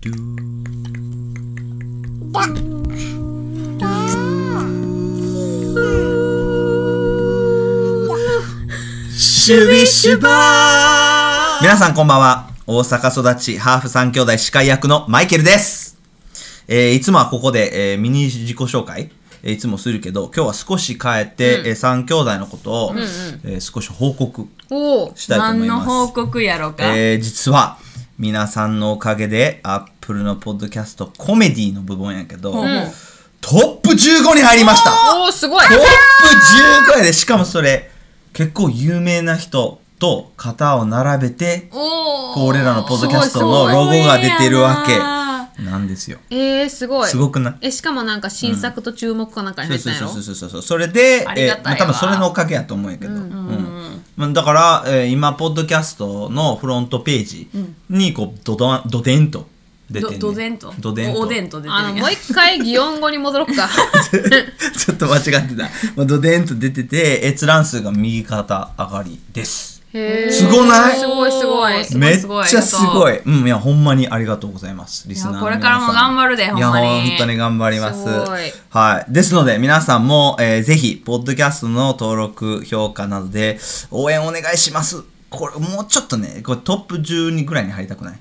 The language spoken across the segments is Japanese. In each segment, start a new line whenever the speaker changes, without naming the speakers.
ドゥー
だだ
シュビシュバー皆さんこんばんは。大阪育ち、ハーフ三兄弟司会役のマイケルです。えーいつもはここで、えーミニ自己紹介、えーいつもするけど、今日は少し変えて、えー三兄弟のことを、えー少し報告。
おお
したいと思
何
いま
の
す
報告やろか、
えー実は、皆さんのおかげで、アップルのポッドキャストコメディの部門やけど、
ほうほう
トップ15に入りました
おおすごい
トップ15やで、しかもそれ、結構有名な人と肩を並べて、
お
こう俺らのポッドキャスト
すご
の
いす
ロ
ごい
ゴが出てるわ
すごいな
けなんですよ。
えー、すごい
すごくない
えしかもなんか新作と注目かなんかに
そう
入った
そうそ
んやろ
うそうそうそうそれで、
あり
え
が
ー
た
ま
いわ
あ、多分それのおかげやと思うんやけど、うんまあだから、えー今ポッドキャストのフロントページにこうドドンドデンと出てんね
どどぜんと
ドデン
お
と
おでんと出てる
あ
や
の
ん
もう一回擬音語に戻ろっか
ちょっと間違ってた、まあ、ドデンと出てて閲覧数が右肩上がりです
へー
すごない
すごいすごい
す
めっ
すごい
ちゃすご
あ
い。うん、いや、ほんまにありがとうございます。リスナーの皆さん
いやこれからも頑張るでほんまに
いや、本当に頑張ります。
すごい
はい。ですので、皆さんも、えーぜひ、ポッドキャストの登録、評価などで、応援お願いします。これ、もうちょっとね、これトップ12ぐらいに入りたくない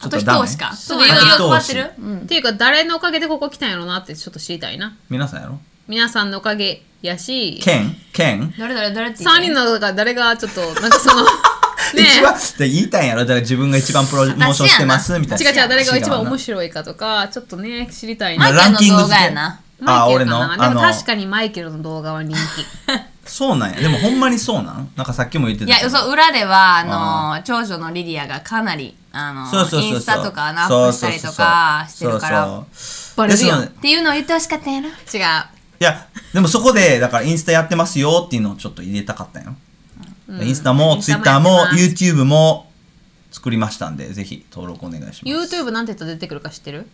ちょっと
と一
ダメ
押しか
そうだね
ちょっ
一
と
押
配っ
して
るうん
っていうか誰のおかげでここ来たんやろなってちょっと知りたいな
皆さんやろ
皆さんのおかげやし
ケンケン
誰誰誰って言っ
3
て
人の中誰がちょっとなんかそ のね
一番、で言いたいんやろだから自分が一番プロモーションしてます、みたい
違う
な。
違う誰が一番面
い。
白いかとかちょっとね知りたい
まあ
な
マイケルの
ランキング
動画
付
や
け
な
マ
あ、
イケ
俺
ルか
の、
なでも
あの
確かにマイケルの動画は人 気
そうなんや。でもほんまにそうなんなんかさっきも言ってた
い
けど。
やそう裏ではあの長女のリリアがかなりあの
そうそうそうそう
インスタとかのアップしたりとかしてるから
そうそう
バレるやん
ですので
っていうのを言ってほしかったやろ
違う
いやでもそこでだからインスタやってますよっていうのをちょっと入れたかったんよ、インスタも
イン
ツ
ス
イ
タ
ッター
も
も
やってます
YouTube も作りましたんでぜひ登録お願いします
YouTube なんて言ったら出てくるか知ってる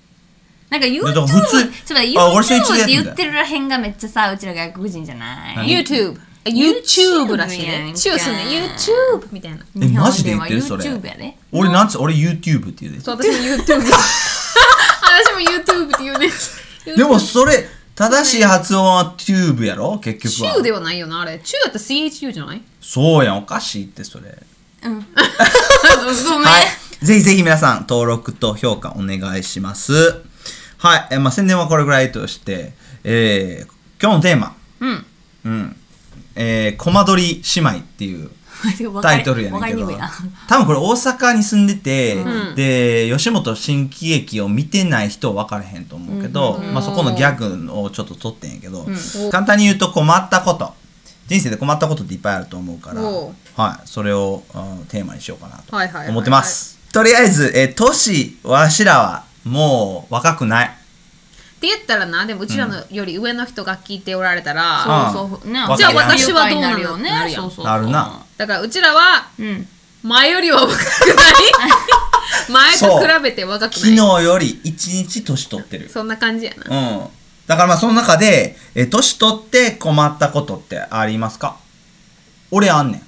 なんか YouTube
やだから
ち
普
ょっと
通
待って
あ俺それ一
YouTube
緒で
って
やってんだ
言ってるらへんがめっちゃさうちら外国人じゃない
何
YouTube YouTube らしい
やん
ね
か
チューすんね YouTube みたいな
えマジで言ってる
日
そ
本
れ
では YouTube やで
俺なんつ俺 YouTube って言うで
そう私も YouTube 私も YouTube って言うね
でもそれ正しい発音は Tube やろ結
チ
局
ューで
は
はないよなあれチューだったら CHU じゃない
そうやんおかしいってそれ
ごめん
はいぜひぜひ皆さん登録と評価お願いしますはいえまあ宣伝はこれぐらいとしてえー、今日のテーマ
うん
うん。えー、コマ撮り姉妹っていうタイトルやねんけど
わかりにくいな。
多分これ大阪に住んでて、で、吉本新喜劇を見てない人は分からへんと思うけど、まあそこのギャグをちょっと撮ってんやけど、簡単に言うと困ったこと。人生で困ったことっていっぱいあると思うから、
おう
はい、それを、うんテーマにしようかな
はいはいはいは
と
い
思ってます。とりあえず、えー、都市、わしらはもう若くない。
って言ったらなでもうちらのより上の人が聞いておられたら、
あ
そうそう。ね
わかるじゃあ
私はどうなの
るよね
なる。やん
そうそうそう
なるな。
だからうちらは
うん。
前よりは若くない前と比べて若く
昨日
ない
より一日年取ってる
そ。んな感じやな
うん。だからまあその中で、えー、年取って困ったことってありますか俺あんねん。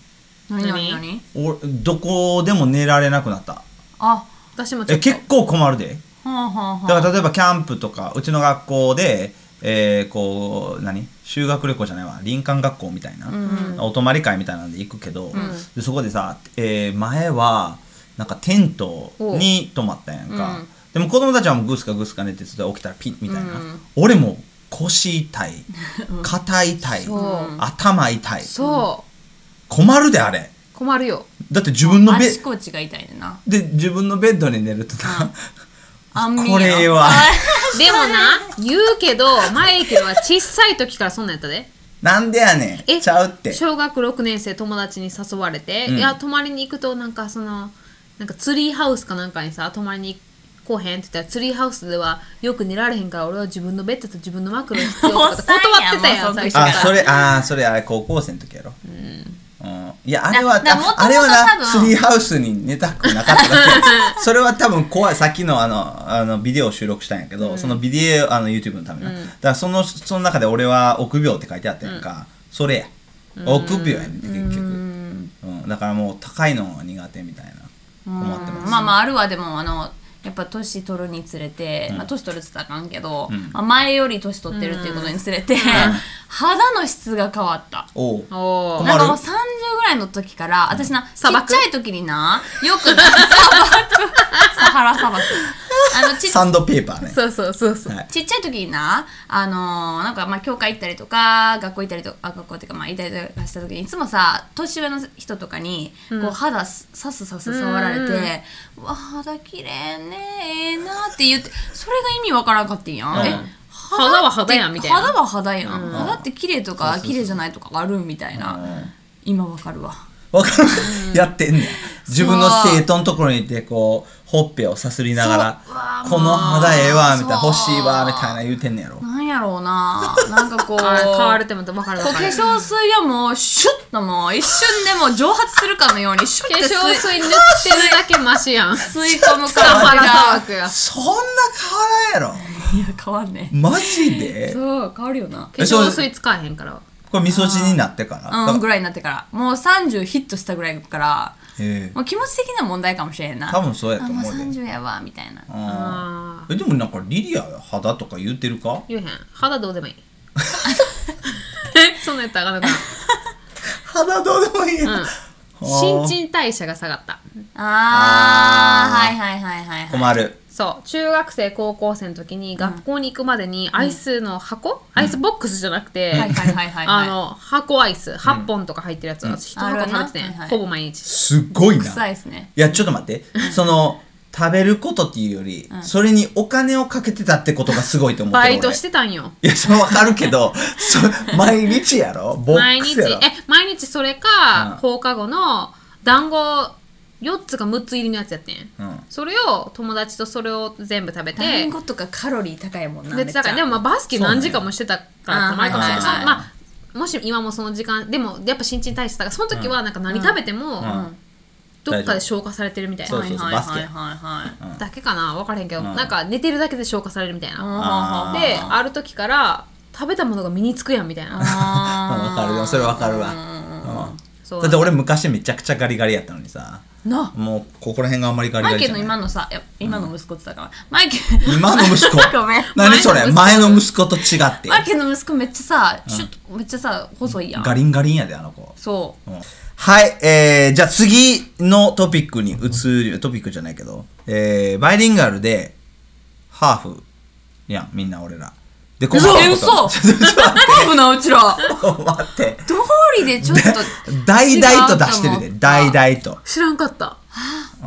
何
何
何何
俺、どこでも寝られなくなった。
あ、
私もちょ
え、
っと
結構困るで。
はあはあはあ。
だから例えばキャンプとか、うちの学校で、えー、こう、何修学旅行じゃないわ。林間学校みたいな。お泊まり会みたいなんで行くけど、でそこでさ、えー前は、なんかテントに泊まったやんか。でも子供たちはもうグスかグスか寝てそれで起きたらピッみたいな。俺も腰痛 い、肩痛い、
そう
頭痛い。
そ
困るであれ。
う困るよ
だって自分のベ
足コーチが痛いねんな。
で自分のベッドに寝るとな、
あんみー
これは
でもな言うけどマイケルは小さい時からそんなんやったで
なんでやねんちゃうって。
小学6年生友達に誘われて、
うん
いや泊まりに行くとなんかそのなんかツリーハウスかなんかにさ泊まりに行こうへんって言ったらツリーハウスではよく寝られへんから俺は自分のベッドと自分の枕必要とかって断ってたや
お
ん
っさん
最
や
初
ん
か
あ
ら
それあーそれあれ高校生の時やろ。うんいやあれは
だ
あ
だ元々
あれはな
多分
ツリーハウスに寝たくなかっただけそれは多分怖いさっきのあのあのビデオを収録したんやけど、そのビデオあの YouTube のための、だからそのその中で俺は臆病って書いてあったやんか、それや臆病やねん結局、うんだからもう高いのは苦手みたいな思ってます
まあまああるはでもあのやっぱ年取るにつれて、まあ、年取るって言ったらあかんけど、
うん
まあ、前より年取ってるっていうことにつれて、 肌の質が変わった。
おう
おー
困
な
る
んかもう30ぐらいの時から私なちっち
砂
ゃ
漠
い時になよく砂 漠サハラ砂漠あのちっ
サンドペーパーね
そうそうそうそう、
はい
ちっちゃい時にな、あのーなんかまあ教会行ったりとか学校行ったりとかあ学校っていうかまあ行ったりとかした時にいつもさ年上の人とかにこう肌すさすさす触られて「うわ肌綺麗ねええな」って言ってそれが意味わからんかってんやん。
うん
え
肌は肌やんみたいな
肌は肌やん、肌って綺麗
そ
と
う
か
そうそう
綺麗じゃないとかあるみたいな、
うん
今わかるわ
わかるやってんねん自分の生徒のところにいてこうほっぺをさすりなが
そううわ
ら
ー
この肌ええわみたいな
そう
欲しいわみたいな言うてんねやろ
なんやろうななんかこう
あー 変わるってまた分かる
こ
分
う化
かる
粧水はもうシュッともう一瞬でもう蒸発するかのようにシュッ
化
て吸
粧
い
水塗ってるだけマシやん
吸い込む
サハ
感
ラ
じ
砂
が
漠や
そんな変わらんや
いや変わんね
ろマジで
そう変わるよな
化
えそう
粧水使えへんから
これ味噌汁になってからだ
うん
か
ぐらいになってからもう30ヒットしたぐらいから
らええ
もう気持ち的な問題かもしれへんな
多分そうやと
あもう
思うで
30やわみたいな
うん
あ
えでもなんかリリア肌とか言うてるか
ー言えへん肌どうでも いいそんなんやったらあかんのか
肌どうでもいいや
な、うん、新陳代謝が下がった
あ
あー
ー
はいはいはいはいはい
困る
そう中学生高校生の時に学校に行くまでにアイスの箱、アイスボックスじゃなくて、
はいはいはいはい
あ
はい
の箱アイス8本とか入ってるやつ、私1箱食べてて
あるなはいはい
ほぼ毎日
すっごいな
臭いですね
いやちょっと待ってその食べることっていうより、それにお金をかけてたってことがすごいと思って
バ
る
イトしててたんよ
いやそれわかるけどそ毎日やろボッ
毎
クス
日
やろ
え毎日それ
う
か、
ん
放課後の団子4つか6つ入りのやつやってん、
うん
それを友達とそれを全部食べて
団子とかカロリー高いもんな
別だからでもまあバスケ何時間もしてたから
そうね
前かもしれない
あー
そ
は
う
いはいはい
まあもし今もその時間でもやっぱ新陳代謝だからその時はなんか何食べても
うん
どっかで消化されてるみたい
そう
な
そうそう
はい
バスケ
はいはいはいはい
だけかな分からへんけど
ん
なんか寝てるだけで消化されるみたいな
あー
である時から食べたものが身につくやんみたいな
うんわかるでもそれわかるわ、うん
そう
だって俺昔めちゃくちゃガリガリやったのにさ
な
もうここら辺があんまりガリ
マ
ガ
イ
リ
ケ
じ
ル
ゃな
の
い
今のさ、いや今の息子って言ったから、マイケル、
今の息子
ごめん
何それ前
前
の
の
息子と違って
マイケルの息子めっちゃさ、シュッとめっちゃさ、細いやん。
ガリンガリンやであの子
そ
うんはい、えー、じゃあ次のトピックに移る、トピックじゃないけど、えー、バイリンガルで、ハーフやん、みんな俺ら。で、こ
嘘
の
え 嘘
ちょっと
う。ハーフなうちら。
待って待って。
通りでちょっと。
大々と出してる
違うと思
で、
った
大々と。
知らんかった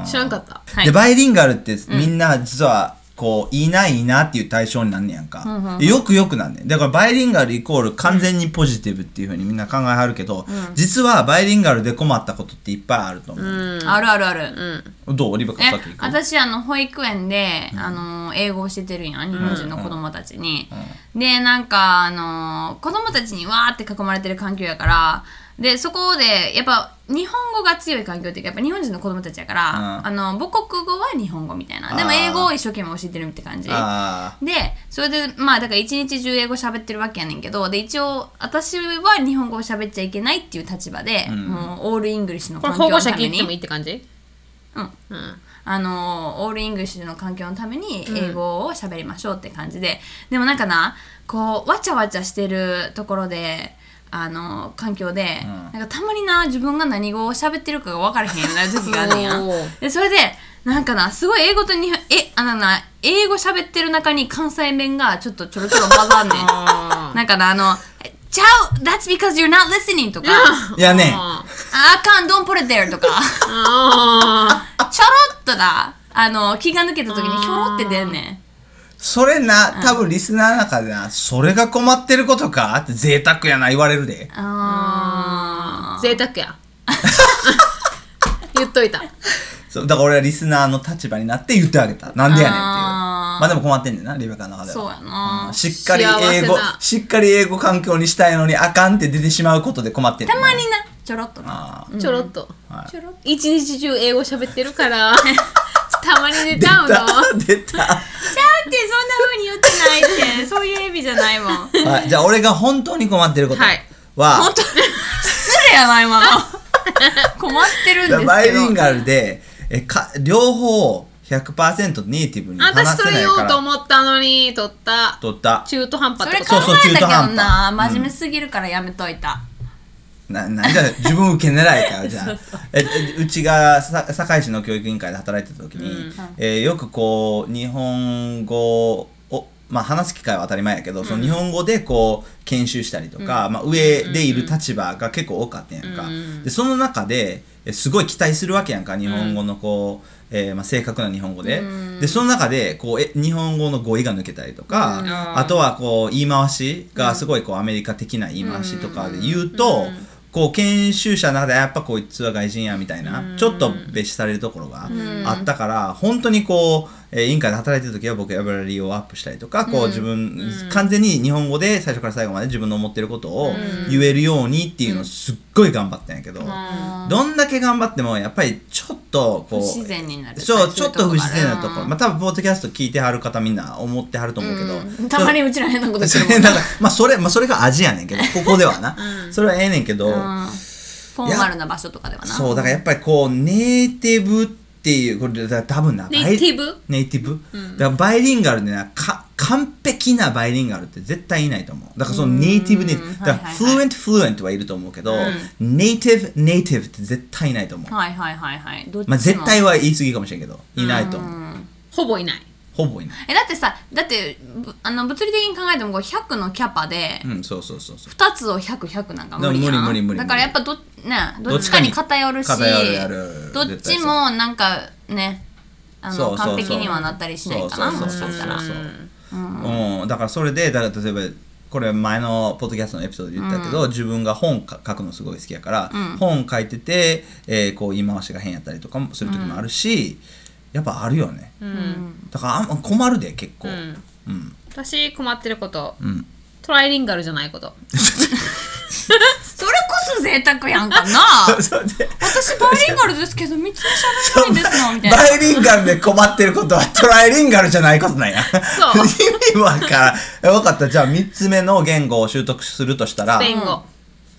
知らんかった
はい
で、バイリンガルってみんな実は、こう、いいな、いいなっていう対象になんねやんか。でよくよくなんねん。だからバイリンガルイコール完全にポジティブっていうふうにみんな考えはるけど、実はバイリンガルで困ったことっていっぱいあると思う。
あるあるある。
どうリベカ
え
さっき行く
私あの保育園で、あの英語を教えてるんや日本人の子供たちに、でなんかあの子供たちにわーって囲まれてる環境やからでそこでやっぱ日本語が強い環境っていうかやっぱ日本人の子供たちやから、
うん
あの母国語は日本語みたいなでも
あー
英語を一生懸命教えてるって感じ
あ
でそれでまあだから一日中英語喋ってるわけやねんけどで一応私は日本語を喋っちゃいけないっていう立場で、もうオールイングリッシュの
これ
環
保
境
護
の
者
た
聞
め
い
に
てもいいって感じ
うん
うん
あのオールイングリッシュの環境のために英語を喋りましょうって感じで、でもなんかなこうわちゃわちゃしてるところであの環境で、なんかたまにな自分が何語を喋ってるかが分からへんようになる時があるんや
おー
でそれでなんかなすごい英語とにえあのな英語喋ってる中に関西弁がちょっとちょろちょろ混ざんねんなんかなあの「ちゃう That's because you're not listening」とか
ー いやね
あ
「あかん Don't put it there」とか。
あ
ちょろっとだあの気が抜けた時にひょろって出んねん
それな多分リスナーの中でなそれが困ってることかって贅沢やな言われるで
あ
ー贅沢 や言っといた
そうだから俺はリスナーの立場になって言ってあげたなんでやねんっていう
あー
まあでも困ってんねんなリベカの中では
そうやな
うんしっかり英
幸
語
せな
しっかり英語環境にしたいのにあかんって出てしまうことで困ってる
たまになちょろっとな
あー
ちょろっと、
はい
ちょろっと一日中英語喋ってるから たまに出ちゃうの
出た出た
ちゃうってそんな風に言って ないってそういう意味じゃないもん本
はい、じゃあ俺が本当に困ってること
はい
は、
当に失礼やな今の 困ってるんですけ
だ
ど
バイリンガルで、えか両方100%ネイティブに
あんた
話
そ
せ
れ
ない
言お
か
うと
ら
思ったのに取った
取った
中途半端
そ
って
れ
こ
考
と
かそうそう
えたけど
中途
な
半端
真面目すぎるからやめといた、
な なんじゃ自分受け狙い かよじゃあええうちがさ堺市の教育委員会で働いてた時に、
うん
えーよくこう日本語を、まあ、話す機会は当たり前やけど、その日本語でこう研修したりとか、まあ、上でいる立場が結構多かったやんか、
うん
でその中でえすごい期待するわけやんか日本語のこう、えーまあ、正確な日本語で、でその中でこうえ日本語の語彙が抜けたりとか、
うん
あとはこう言い回しがすごいこうアメリカ的な言い回しとかで言うと、こう研修者の中でやっぱこいつは外人やみたいな、ちょっと蔑視されるところがあったから、本当にこう、えー委員会で働いてる時は僕エブラリーをアップしたりとかこう自分、完全に日本語で最初から最後まで自分の思ってることを言えるようにっていうのをすっごい頑張ったんやけど、
あー
どんだけ頑張ってもやっぱりちょっとこう
不自然になる
そうちょっと不自然なところ、
ろ
まあ、多分ポッドキャスト聞いてはる方みんな思ってはると思うけど、
たまにうちら変なこ と
そ
す
れ
るも
なん
ん
か、まあ、それ、まあ、それが味やねんけど、ここでは な。それはええねんけど、
うんフォーマルな場所とかではな
そう、だからやっぱりこう、ネイティブっていう、これ、だ多分な、
ネイティブ
ネイティブ、だからバイリンガルでな、か、完璧なバイリンガルって絶対いないと思う。だからそのネイティブに、
うん
だか
はい
ら
はい
フルエント、フルエントはいると思うけど、ネイティブ、ネイティブって絶対いないと思う。
はいはいはいはいどっちも
まあ、絶対は言い過ぎかもしれんけど、いないと思う。
ほぼいない
ほぼいない。
えだってさだってぶあの物理的に考えてもこう100のキャパで
うん、そうそうそうそう。
2つを100100なんか無理やん
でも無理無理無理無理
だからやっぱど,、ね、どっちかに偏るし
どっちかに偏るやる
どっちもなんかねあの
そうそうそう
完璧にはなったりしないかな
そう
も
そ
し
うそう
かしたら
そうそううん、だからそれでだから例えばこれ前のポッドキャストのエピソードで言ったけど、自分が本か書くのすごい好きやから、本書いてて、えーこう言い回しが変やったりとかもする時もあるし、やっぱあるよね、だからあんま困るで結構うん、
私困ってること
ん
トライリンガルじゃないこと
それこそ贅沢やんかな
それで
私バイリンガルですけど3つも喋れないんですのみたいな
バイリンガルで困ってることはトライリンガルじゃないことなんや
そう
意味わからん分かったじゃあ3つ目の言語を習得するとしたら
スペイン語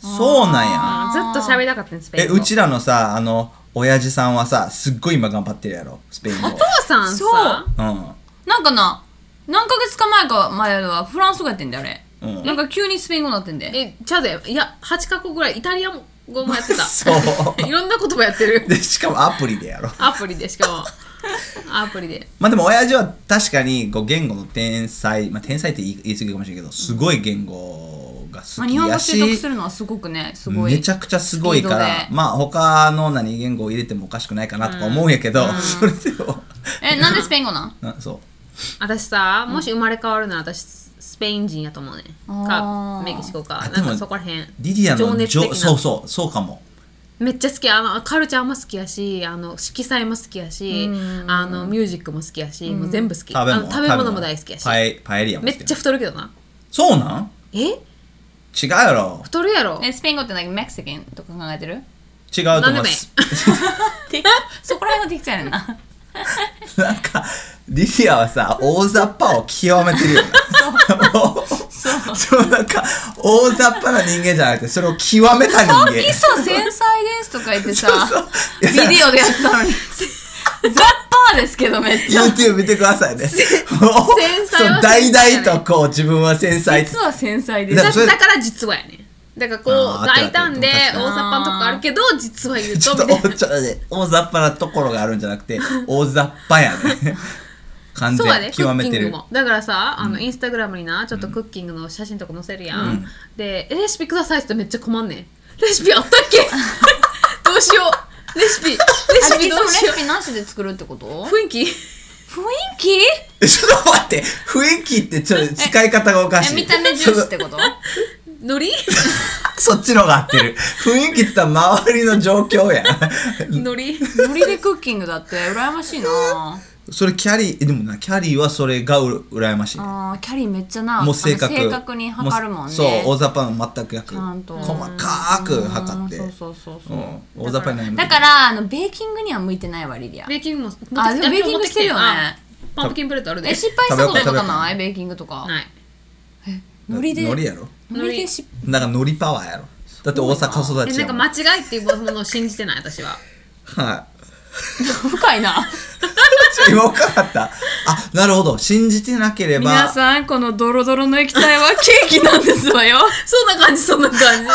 そうなんや
ずっと喋りたかったんですスペイ
え
ン語
うちらのさあの親父さんはさすっごい今頑張ってるやろスペイン 語
お父さんさ
う
なんかな何ヶ月か前か前はフランス語やってんだよあれ、
うん
なんか急にスペイン語になってんで
えちゃうでいや8カ国ぐらいイタリア語もやってた
ん そ
いろんな言葉やってる
うでしかもアプリでやろ
アプリでしかもアプリで
まあでも親父は確かにこう言語の天才まあ天才って言い言い過ぎかもしれんけどすごい言語が
ま
好
あ、日
き
本語
や
習得す
し
るのはすごくねすごい
めちゃくちゃすごいか
スピー
ら
ドで
まあ他の何言語を入れてもおかしくないかなとか思うんやけどそれでも
えなんでスペイン語なん
なそう
私さもし生まれ変わるなら私スペイン人やと思うね
あ
か
ー
メキシコ
あ
か
で
なん
も
かそこらへん
リディア
情
の
熱的
情
な
そうそうそうかも
めっちゃ好きあのカルチャーも好きやしあの色彩も好きやしあのミュージックも好きやしもう全部好き
食べ
あ
物
の食べ物も大好きやし
パエパエリアも
め
好
っ
きや
ちゃ太るけどな
そうなん
え
違うやろ
太るやろ
えスペイン語って何メキシカンとか考えてる
違うと思い
何で
ま
もいい
す
そこら辺はできちゃうねんな
なんかリディアはさ大雑把を極めてるよねもうそうなんか大雑把な人間じゃなくてそれを極めた人
さ
間
っきさ「繊細です」とか言ってさ
そう
ビ
いや
デオでやってたのにザッパーですけどめっちゃ
YouTube 見てくださいねもう
繊細
そう
は
大
繊細やね
々とこう自分は繊細
実は繊細で
だ
す
か
だ
それ
だから実はやねだからこう
あー合ってる
大胆で
合って
大
る
雑把なとこあるけど実は言 う
ちょ
と
っ
み
と
たいな
おちょっとね大雑把なところがあるんじゃなくて大雑把やね完
そうやで、
全
クッ
極め
キ
て
ング
る
も。だからさ、あの、インスタグラムにな、ちょっとクッキングの写真とか載せるやん。で、レシピくださいってめっちゃ困んねん。レシピあったっ けどうしよう。レシピ、レ
あ
シ
れ
ピ
いつ
ど
も
う
レ
しよ
シピなしで作るってこと
う。雰囲気
雰囲気
えちょっと待って雰囲気ってちょっと使い方がおかし
え
い
見た目重視ってこと
のり
そっちのが合って る。雰囲気って言ったら周りの状況や。
のり
ノリでクッキングだって羨ましいな
それキャリー、えでもな、キャリーはそれがう羨ましいね。
あーキャリーめっちゃな
もう正確。
あの正確に測るもんね
そう、大雑把の全く逆。
ちゃんと
細かく測って。
うんそうそうそうそう
うん大雑把になり
だからあのベーキングには向いてないわリリア
ベーキングも持ってき
あでもベーキングしてるよね
あパンプキンプレートあるで。
え失敗したこと
食べ
と
よう食
か
べよう
ないベーキングとか
ない。
海苔で
海苔やろ。
海苔で失
なんか海苔パワーやろ。だって大阪育
え、
ち
な
や
ん
も
か
ん。
間違いっていうものを信じてない、私は。
はい。
深いな
今分かったあなるほど信じてなければ
皆さんこのドロドロの液体はケーキなんですわよ
そんな感じ、そんな感じ。プリン、ちゃ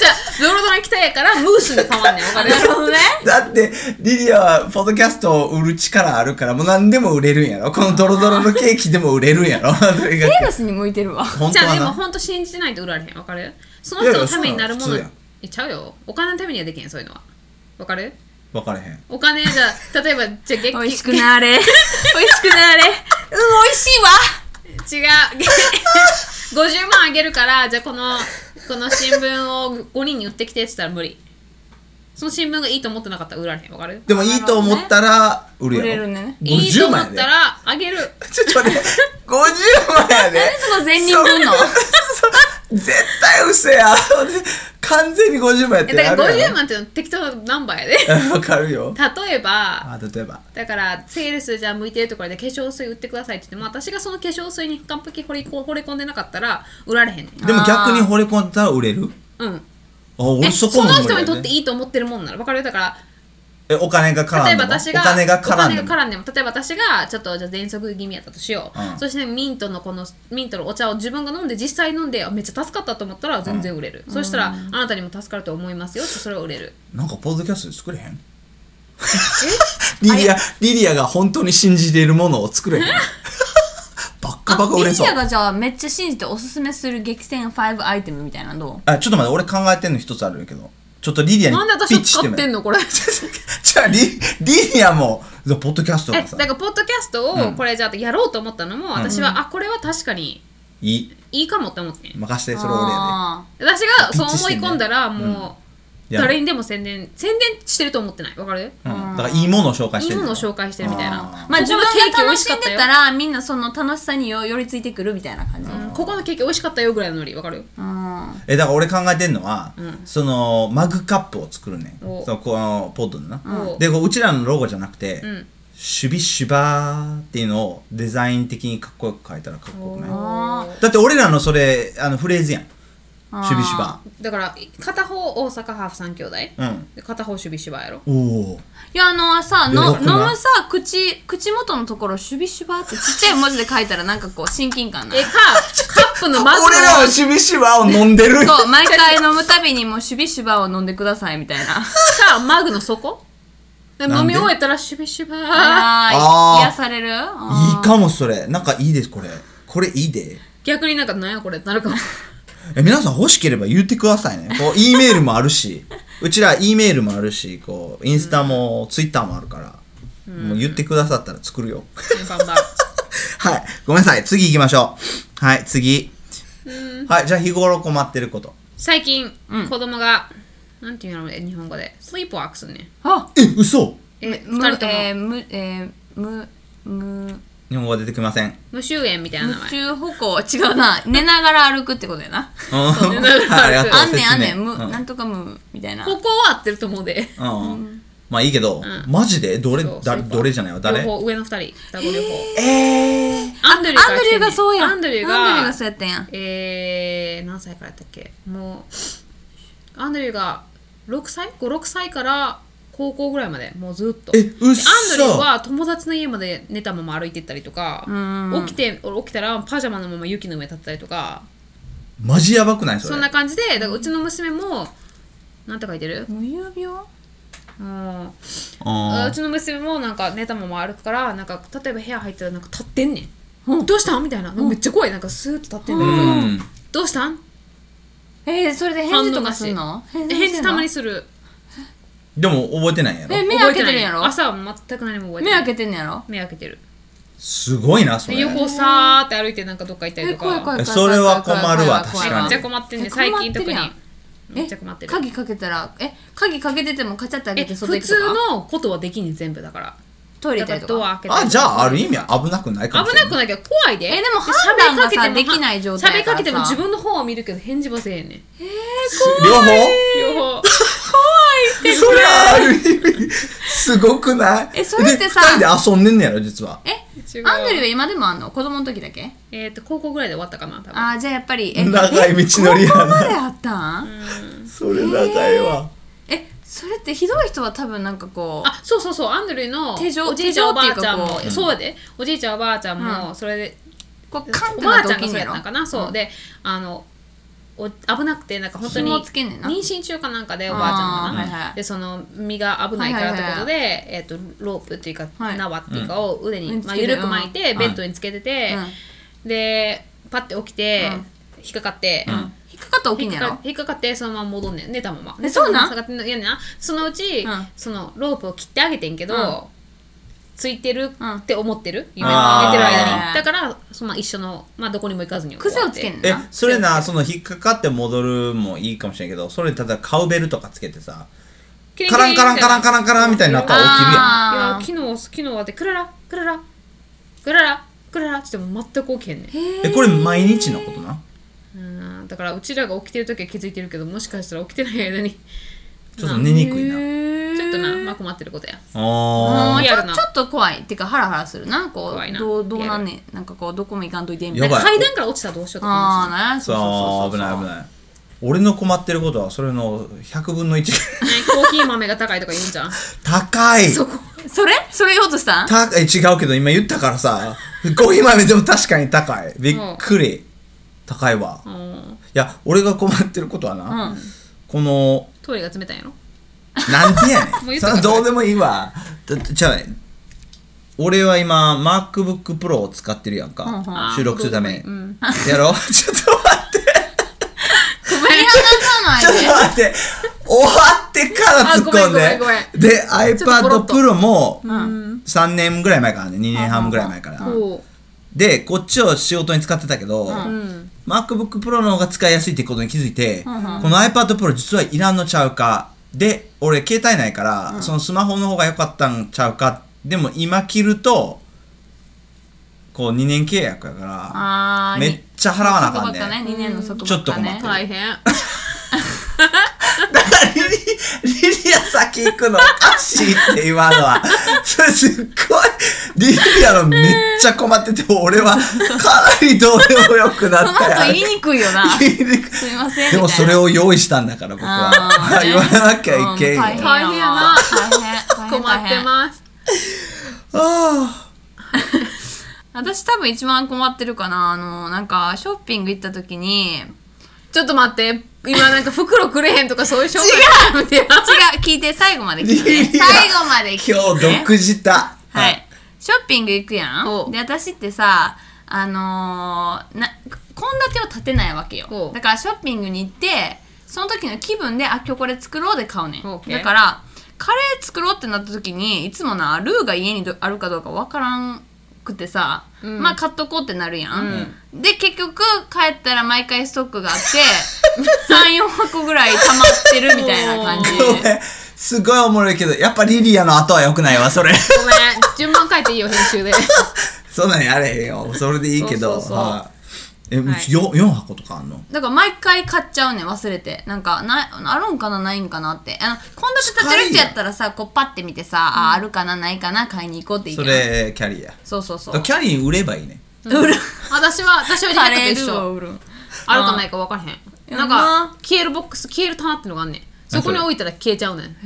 ちゃ、ドロドロ来たやから、ムースに変わんねん。わかる
なるほどね
だってリリアはポッドキャストを売る力あるからもう何でも売れるんやろこのドロドロのケーキでも売れるん やろとにかく
ペーナスに向いてるわ
本
じ
当
ゃあ
は
でも
な
本当信じてないと売られへんわかるその人のためになるもの
いやいやそんなの普通
えちゃうよお金のためにはできへんそういうのはわかる
分からへん
お金じゃ あ例えばじゃあ月
美味しく なれ美味しくなれうん美味しいわ
違う 50万あげるからじゃあこのこの新聞を5人に売ってきてって言ったら無理その新聞がいいと思ってなかったら売られへんわかる
でもいいと思ったら売るやろ
売れるね
いいと
50
思
万や
っ
で
たらあげる
ちょっと待って50万やで
その全人分の
そそ絶対嘘や完全に50万やっ
え
て
だから
なるや
50
ろ
万っていうの適当なナンバーや で
わかるよ
例えば
あ例えば
だからセールスじゃあ向いてるところで化粧水売ってくださいって言っても私がその化粧水に完璧惚れ惚れ込んでなかったら売られへんねん
でも逆に惚れ込んだら売れる
うん
あ俺
え
そ
そ
こも
の
無理や
人
で
にとっていいと思ってるもんならわかるだか
えお金が絡ん
ら
で
例え
も
ば私が
お金が絡んで
お金
も
が絡んでも例えば私がちょっとじゃあ喘息気味やったとしよう、
うん
そしてミントのこのミントのお茶を自分が飲んで実際飲んであめっちゃ助かったと思ったら全然売れる、そしたらあなたにも助かると思いますよってそれは売れる
なんかポッドキャストで作れへん リリア、リリアが本当に信じているものを作 れへん。バッカバカ売れそう
リ。アがじゃあめっちゃ信じておすすめする激戦5アイテムみたいなのどう
あ、ちょっと待って、俺考えてんの一つあるんやけど。ちょっとリリアに
なんで
ピ
私
ッ
を
チし
使
て
っ
み
て
る。
んのこ れ
じゃあリ、リリアも、ポッドキャスト
え
が
だ
さ、
からポッドキャストをこれじゃあやろうと思ったのも私は、あこれは確かに
いい。
いいかもって思ってん
任せて、それ俺や
あ
私がそう思い込んだらもう
で。や
誰にでも宣伝宣伝してると思ってないわかる
うん。だから、いいものを紹介し
い
て
い
る
ものを紹介してるみたい
あ
な
ーまあ
こ
自
こ
分
の
が
ケーキ美
楽
味し
し
か
ん
った
で
よ
たらみんなその楽しさによ寄りついてくるみたいな感じ、うん
ここのケーキ美味しかったよぐらいのノリわかる
え、だから俺考えてんのは、その、マグカップを作るねん。
お
その、この、ポッドのな。
お
で、こううちらのロゴじゃなくて、
ん
シュビシュバーっていうのをデザイン的にかっこよく書いたらかっこよくない
あー
だって俺らのそれあのフレーズやん
あー
シュビシュバ
だから片方大阪ハーフ三兄弟
ー
で片方守備芝やろ
うんおお
いやあのさ
いや
の
よくない
飲むさ口口元のところシュビシュバってちっちゃい文字で書いたらなんかこう親近感 な
え
い
かカップのマグを
俺らはシュビシュバーを飲んでる
そう毎回飲むたびにもうシュビシュバを飲んでくださいみたいな
かマグの底で
なんで
飲み終えたら守備芝
あ
あー
ー癒されるあ
いいかもそれなんかいいですこれこれいいで
逆になんかなんやこれってな るかも
え皆さん欲しければ言ってくださいねこう E メールもある しうちら E メールもあるしこうインスタもツイッターもあるから、もう言ってくださったら作るよ
バンバン
はいごめんなさい次行きましょうはい次はいじゃあ日頃困ってること
最近、子供がなんていうの日本語でスリープワークすんねん
あ
え嘘
え
む
二人とも、
えーむえーむむ
日本語が出てきません
無臭炎みたいな名
夢
前
中歩行違うな寝ながら歩くってことやな
そう
ねなんか
ありがとう
あんねんあんね
説明
んむ、
うん
なんとかむみたいな
ここは合ってると思うで
うんまあいいけど、マジでどれ
そう
だ
スリープ
どれじゃないわ誰
両方上の二人双子両方、
えー、
アンドリュー
アンドリューがそうやん
アンドリュー
アンド
が
そうやったんや
えー、何歳からやったっけもうアンドリューが6歳 ?56 歳から高校ぐらいまでもうずっと
え
で
うっそ
アンドリューは友達の家まで寝たまま歩いてったりとか
ん
起きて起きたらパジャマのまま雪の上立ったりとか
マジやばくないそれ
そんな感じでだからうちの娘もなんて書いてる
無遊病
うんあ
あ
う
ー
ちの娘もなんか寝たまま歩くからなんか例えば部屋入ったらなんか立ってんねんどうしたんみたいなめっちゃ怖いなんかスーッと立ってんね
うんん
どうしたん
えー、それで返事とかすんの
え返事たまに
す
する
でも覚えてないんやろ
え目
覚
開
え
けて
ない
るんやろ
朝は全く何も覚えて
目
ない
開けてんのやろ
目開けてる
すごいなそれ
で横をさーって歩いてなんかどっか行ったり
え
と
怖い怖
か
い怖い怖い
それは
怖い
困るわ
怖
確
い
か
め
に
っちゃ困ってんね
え
最近
困って
特
るやん
にめっちゃ困ってる
鍵かけたらえ鍵かけててもカチャって開
え
けて外
普
行くとか
通のことはできんねん全部だから
トイレ行
だ
っ
か
た
ら
りと
ド
か
ア開けた
あ
り
じ
と
ゃ
か
あある意味危なくないかもし
危
れな
ないくないけど怖いで
えでも
喋り
判断
か
がさ
けても
できない状態
喋
や
り
から
か
さ
けても自分の方を見るけど返事もせえへんねん
両方
両方
それはある意味すごくない
えそれってさ
で2人で遊んでんねやろ実は
え
違う
アンドリューは今でもあんの子供の時だけ
えっと高校ぐらいで終わったかな多分
あーじゃあやっぱりえ
長い道のりや
ここまで
な
あったん
それ長いわ
えそれってひどい人は多分なんかこう
あそうそうそうアンドリューの
手錠
おじいちゃんおばあ
手
ち
錠
ゃ
っ
ん
ていうかこ
も
う
そうやでおじいちゃんおばあちゃんもそれで、
こうカンっ
お
て
ば
な
あ
っ
ち
た
ゃんが
時
そう
に
や
や
った
ろ
んかなそう、であのお危なくてなんか本当に
紐つけんねんな
妊娠中かなんかでおばあちゃんが
あーはい
な、
はい
でその身が危ないからってことで、
は
えー、とロープっていうか、
はい
縄っていうかを腕に、
うん
まあ、
つけて
緩く巻いて、
うん
ベッドにつけてて、でパッて起きて、引っかかって、
うん
引っかかったら起き
引
ん
っ
ね
か
や
か
ろ
引っかかってそのまま戻んねん寝たまま
えそうなん
下がってんのいやねんなそのうち、
うん
そのロープを切ってあげてんけど、
うん
ついてる
うん
って思ってる、夢
あー
寝てる間
あー
にだからそのまあ一緒の、まあ、どこにも行かずに
癖をつけんねん
え
な
それなその引っかかって戻るもいいかもしれんけどそれただカウベルとかつけてさカランカランカランカランカランみたいになったら起きるやん
あ
いや昨日昨日はでクララクララクララクララって言っても全く起きへんねん
えこれ毎日のことな
うんだからうちらが起きてる時は気づいてるけどもしかしたら起きてない間に
ちょっと寝にくいな
ちょっとな、まあ、
ま
困ってることや
あ
あ
ー
リ
ち
アル
ょ
な
ちょっと怖いっていうかハラハラするなこ
怖いうな
どうどうなんねんなんかこうどこも行かんといてみた
や
いな
ばい
階段から落ちたらどうしようとか
ああな
そう
そうそ
危
うそうそう
ない危ない俺の困ってることはそれの100分の1
思ってたねコーヒー豆が高いとか言うんじゃん
高い
そこ
それそれ言おうとした ん
たえ違うけど今言ったからさコーヒー豆でも確かに高いびっくり、高いわい
うん
や俺が困ってることはな、
うん
この
トイレが冷たいんやろ
なんてや
もう
ねん
言っ
そ
た
れ
か
はどうでもいいわだってじゃあね俺は今 MacBook Pro を使ってるやんか、
うんうん
収録するために、
うん
やろ ちょっと待って
ごめんやな
ちょっと
さない
待って終わってから突っ込ん
あごめんごめん
でで
ちょっとポロ
iPad
ッと
Pro も
うん
3年ぐらい前からね2年半ぐらい前から
こ
でこっちを仕事に使ってたけど、
ううん、
MacBook Pro の方が使いやすいってことに気づいて、
んうん
この iPad Pro 実はいらんのちゃうかで俺携帯ないから、そのスマホの方が良かったんちゃうかでも今切るとこう2年契約やから
あー
めっちゃ払わなあかん
束
ね
縛ね2年の束
ちょっと
縛
困って
かね
る
大変
だからリリリリア先行くのおかしいって今のはそれすっごいリリアのめっちゃ困ってて俺はかなりどうでもよくな
そ
っ
の
た
後
やん
言いにくいよな
言いにくい
すいません
でも
みた
そ
いな
れを用意したんだから僕
あ
は
ー
言わなきゃいけんよ
うん
あ
大変やな
大変大変
困ってます
あ
私多分一番困ってるかなあのなんかショッピング行った時に違う
ちょっと待って今なんか袋くれへんとかそういう紹介違うみたいな
聞いて最後まで聞い
リ
て
リア
最後まで聞いて
今日独自た
はいショッピング行くや
おうん
で私ってさあのーな献立を立てないわけ
お
よ
う
だからショッピングに行ってその時の気分であ今日これ作ろうで買うねん
オーケー
だからカレー作ろうってなった時にいつもなルーが家にどあるかどうかわからんくてさ、
うん
まあ買っとこうってなるやん、で結局帰ったら毎回ストックがあって 34箱ぐらい溜まってるみたいな感じ
ごめんすごいおもろいけどやっぱリリアの後は良くないわそれ
ごめん順番変えていいよ編集で
そんなんやれへんよそれでいいけど
そうそうそう
はいえう
はい
ち 4, 四箱とかあんの
だから毎回買っちゃうねん忘れてなんかなあるんかなないんかなってあのこんだけ立てる人やったらさこうパッて見てさ、ああるかなないかな買いに行こうって言
そう
やん
れキャリーや
そうそうそ
だから
う
キャリー売ればいいね
売る
私は私はリ
カ
アルと
レー
一
ルーを
緒
売る
あるかないか分からへん
や
なんん
な
か消えるボックス消える棚ってのがあんねんそこに置いたら消えちゃうねん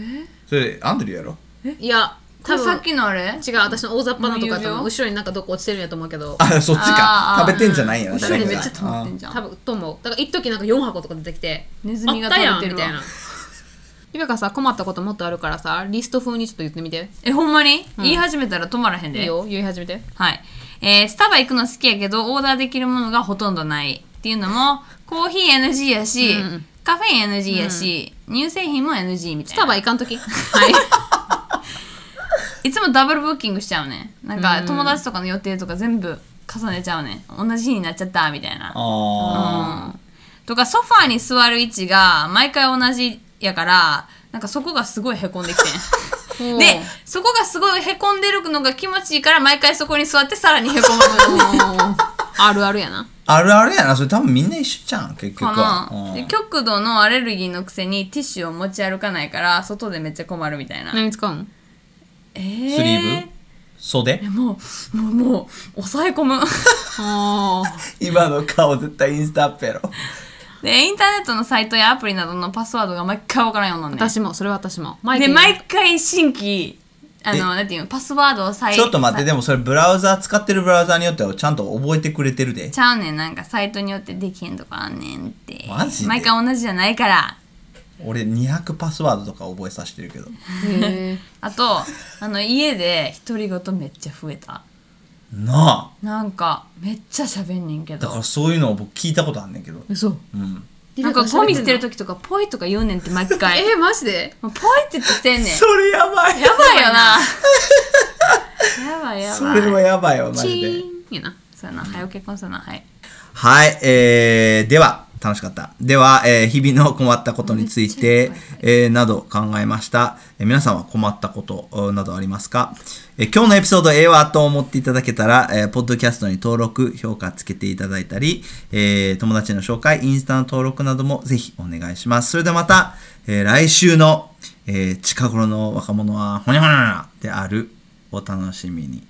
それアンドリューやろ
いや
これ
多
さ
分
っきのあれ
違う私の大雑把なとこやと
も
思
う
う
指
後ろになんかどっか落ちてるんやと思うけど
あそっち
あ
か
ー
食べてんじゃないんやな
後ろにめっちゃ溜まってんじゃ
多
ん
分と思うだから一時なんか4箱とか出てきて
ネズミが
あったやん
食べてる
み
わ
たいなゆめかさ困ったこともっとあるからさリスト風にちょっと言ってみて
えほんまに、言い始めたら止まらへんで
いいよ言い始めて
はい。えースタバ行くの好きやけど、オーダーできるものがほとんどないっていうのも、コーヒー NG やし、
うん
カフェイン NG やし、乳製品も NG みたい
ス
な
タ。バ行かんときはい
いつもダブルブッキングしちゃうね。なんか、友達とかの予定とか全部重ねちゃうね。同じ日になっちゃった、みたいな。
あ
うんとか、ソファーに座る位置が毎回同じやから、なんかそこがすごいへこんできてん。 で、そこがすごいへこんでるのが気持ちいいから、毎回そこに座ってさらにへこむの。
あるあるやな
ああるあるやなそれ多分みんな一緒じゃん結局
か
は
な、
うん
で極度のアレルギーのくせにティッシュを持ち歩かないから外でめっちゃ困るみたいな、
何使うん
えー
スリーブ袖
えもうもうもう抑え込む
あ
今の顔絶対インスタアップやろ
でインターネットのサイトやアプリなどのパスワードが毎回わからんようになんねん
私もそれは私もマイ
で
ケル
毎回新規あ
え
のなんていうのパスワードを再
ちょっと待って、
さ
でもそれブラウザー使ってるブラウザーによってはちゃんと覚えてくれてるで
ち。ゃうねんなんかサイトによってできへんとかあんねんって
マジで
毎回同じじゃないから
俺200パスワードとか覚えさせてるけど。
へー
あとあの家で独り言めっちゃ増えた
なあ。
なんかめっちゃ喋んねんけ
だか
ど
らそういうのを僕聞いたことあんねんけど。
嘘
うん。
なんかゴミ捨てる時とかポイとか言うねん って毎回
えマジで
もうポイって言ってんねん
それやばい。
やばいよな やばいやばい
それはやばいわ、マ
チ
ジで。
ーンやな
そうやな早結婚するなはい
はい、えー、では、楽しかった。では、えー日々の困ったことについて、えーなど考えました。えー皆さんは困ったことうんなどありますか、えー今日のエピソードええわと思っていただけたら、えーポッドキャストに登録、評価つけていただいたり、えー友達への紹介、インスタの登録などもぜひお願いします。それではまた、えー来週の、えー近頃の若者はほにゃほにゃほにゃである、お楽しみに。